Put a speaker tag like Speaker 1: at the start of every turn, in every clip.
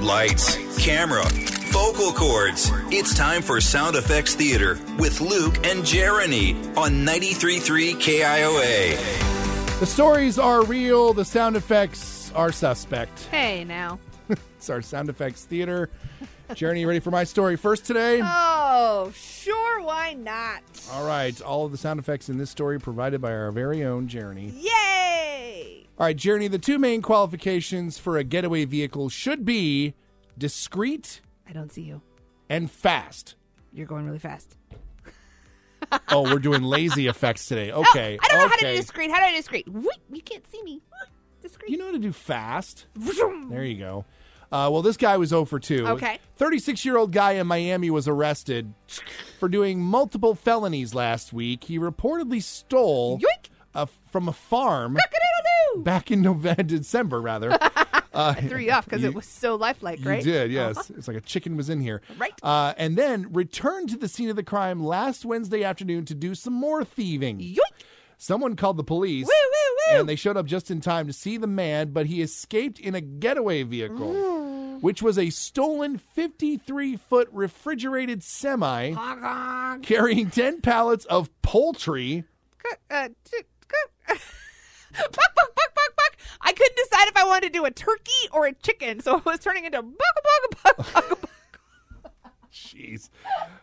Speaker 1: Lights, camera, vocal cords. It's time for Sound Effects Theater with Luke and Jeremy on 93.3 KIOA.
Speaker 2: The stories are real. The sound effects are suspect.
Speaker 3: Hey, now.
Speaker 2: It's our sound effects theater. Jeremy, you ready for my story first today?
Speaker 3: Oh, sure, why not?
Speaker 2: All right. All of the sound effects in this story provided by our very own Jeremy.
Speaker 3: Yay!
Speaker 2: All right, Jeremy, the two main qualifications for a getaway vehicle should be discreet
Speaker 3: I don't see you.
Speaker 2: and fast.
Speaker 3: You're going really fast.
Speaker 2: Oh, we're doing lazy effects today. Okay.
Speaker 3: Oh, I don't know how to
Speaker 2: okay.
Speaker 3: do discreet. How do I discreet? Whoop, you can't see me. Whoop, Discreet.
Speaker 2: You know how to do fast.
Speaker 3: Vroom.
Speaker 2: There you go. Uh, well, this guy was 0 for 2.
Speaker 3: Okay.
Speaker 2: 36 year old guy in Miami was arrested for doing multiple felonies last week. He reportedly stole
Speaker 3: Yoink.
Speaker 2: uh, from a farm
Speaker 3: Cock-a-doodle-doo.
Speaker 2: back in November, December, rather.
Speaker 3: I threw you off because
Speaker 2: you-
Speaker 3: it was so lifelike,
Speaker 2: You
Speaker 3: right?
Speaker 2: did, yes. It's like a chicken was in here.
Speaker 3: Uh-huh. Right.
Speaker 2: Uh, and then returned to the scene of the crime last Wednesday afternoon to do some more thieving.
Speaker 3: Yoink!
Speaker 2: Someone called the police.
Speaker 3: Woo, woo, woo!
Speaker 2: and they showed up just in time to see the man, but he escaped in a getaway vehicle, which was a stolen 53 foot refrigerated semi
Speaker 3: Honk, honk.
Speaker 2: carrying 10 pallets of poultry.
Speaker 3: Cock, uh, t- cock. Buck, buck, buck, buck, buck. I couldn't decide if I wanted to do a turkey or a chicken, so it was turning into buck, buck, buck, buck, buck.
Speaker 2: Jeez.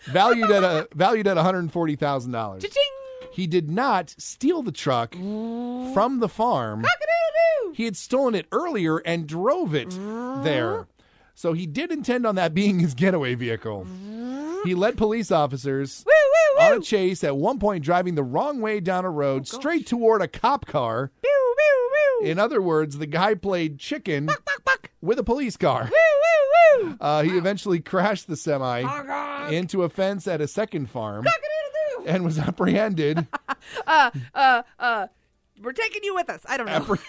Speaker 2: Valued at a valued at $140,000.
Speaker 3: Cha-ching!
Speaker 2: He did not steal the truck from the farm.
Speaker 3: Cock-a-doodle-doo.
Speaker 2: He had stolen it earlier and drove it there. So he did intend on that being his getaway vehicle. He led police officers
Speaker 3: Woo, woo, Oh, woo!
Speaker 2: on a chase at one point driving the wrong way down a road straight toward a cop car.
Speaker 3: Pew, pew, pew.
Speaker 2: In other words, the guy played chicken
Speaker 3: Buck, buck.
Speaker 2: with a police car.
Speaker 3: Woo, woo, woo.
Speaker 2: Uh, he eventually crashed the semi
Speaker 3: Oh
Speaker 2: into a fence at a second farm and was apprehended.
Speaker 3: Uh, uh, uh, we're taking you with us. I don't know.
Speaker 2: Appre-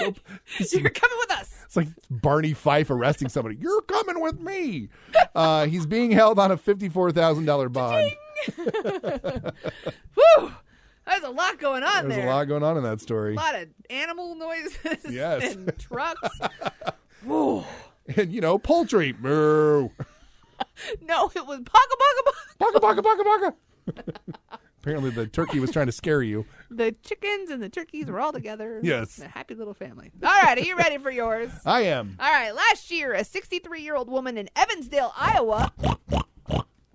Speaker 3: You're coming with us.
Speaker 2: It's like Barney Fife arresting somebody. You're coming with me. Uh, he's being held on a fifty-four thousand dollar bond.
Speaker 3: Woo! There's a lot going on
Speaker 2: There's
Speaker 3: there.
Speaker 2: a lot going on in that story.
Speaker 3: A lot of animal noises
Speaker 2: Yes.
Speaker 3: and trucks. Woo.
Speaker 2: And you know, poultry. Moo.
Speaker 3: No, it was baka baka baka.
Speaker 2: Baka baka baka baka. Apparently, the turkey was trying to scare you.
Speaker 3: The chickens and the turkeys were all together.
Speaker 2: Yes.
Speaker 3: A happy little family. All right, are you ready for yours?
Speaker 2: I am.
Speaker 3: All right, last year, a 63 year old woman in Evansdale, Iowa.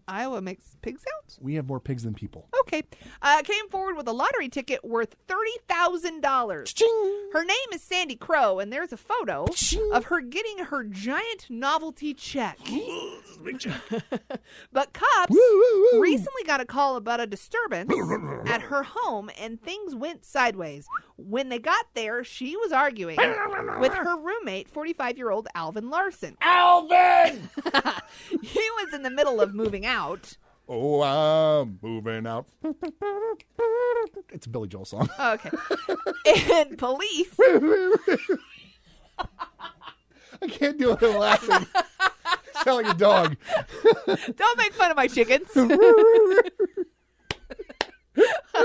Speaker 3: Iowa makes pig sounds?
Speaker 2: We have more pigs than people.
Speaker 3: Okay. Uh, came forward with a lottery ticket worth $30,000.
Speaker 2: Ching.
Speaker 3: Her name is Sandy Crow, and there's a photo of her getting her giant novelty check. But cops
Speaker 2: Woo, woo, woo.
Speaker 3: recently got a call about a disturbance at her home, and things went sideways. When they got there, she was arguing with her roommate, 45 year old Alvin Larson.
Speaker 2: Alvin.
Speaker 3: He was in the middle of moving out.
Speaker 2: Oh, I'm moving out. It's a Billy Joel song.
Speaker 3: Okay. And police
Speaker 2: I can't do it. I'm laughing. Sound like a dog.
Speaker 3: Don't make fun of my chickens.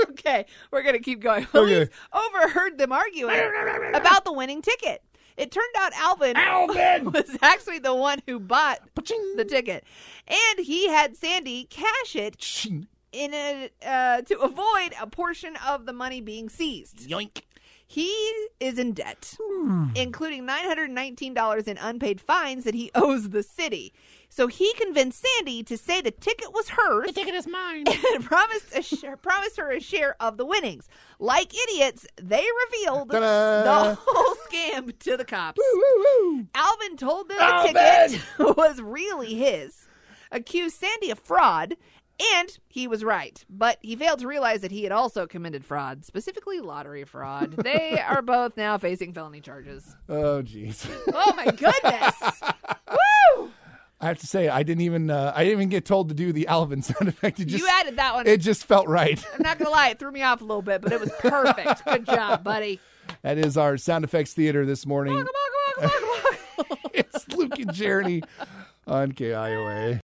Speaker 3: okay, we're going to keep going. Police overheard them arguing about the winning ticket. It turned out Alvin, was actually the one who bought
Speaker 2: Ba-ching.
Speaker 3: the ticket, and he had Sandy cash it
Speaker 2: Ching.
Speaker 3: in a, uh, to avoid a portion of the money being seized.
Speaker 2: Yoink.
Speaker 3: He is in debt, including $919 in unpaid fines that he owes the city. So he convinced Sandy to say the ticket was hers. The ticket is mine. And promised, a sh- promised her a share of the winnings. Like idiots, they revealed
Speaker 2: Ta-da.
Speaker 3: the whole scam to the cops.
Speaker 2: Woo, woo.
Speaker 3: Alvin told them the
Speaker 2: Alvin!
Speaker 3: ticket was really his, accused Sandy of fraud, and he was right. But he failed to realize that he had also committed fraud, specifically lottery fraud. they are both now facing felony charges.
Speaker 2: Oh, jeez.
Speaker 3: Oh my goodness! Woo!
Speaker 2: I have to say, I didn't even. Uh, I didn't even get told to do the Alvin sound effect. It just,
Speaker 3: you added that one.
Speaker 2: it just felt right.
Speaker 3: I'm not gonna lie, it threw me off a little bit, but it was perfect. Good job, buddy.
Speaker 2: That is our sound effects theater this morning.
Speaker 3: Come on, come on, come on, come on.
Speaker 2: it's Luke and Jeremy on KIOA.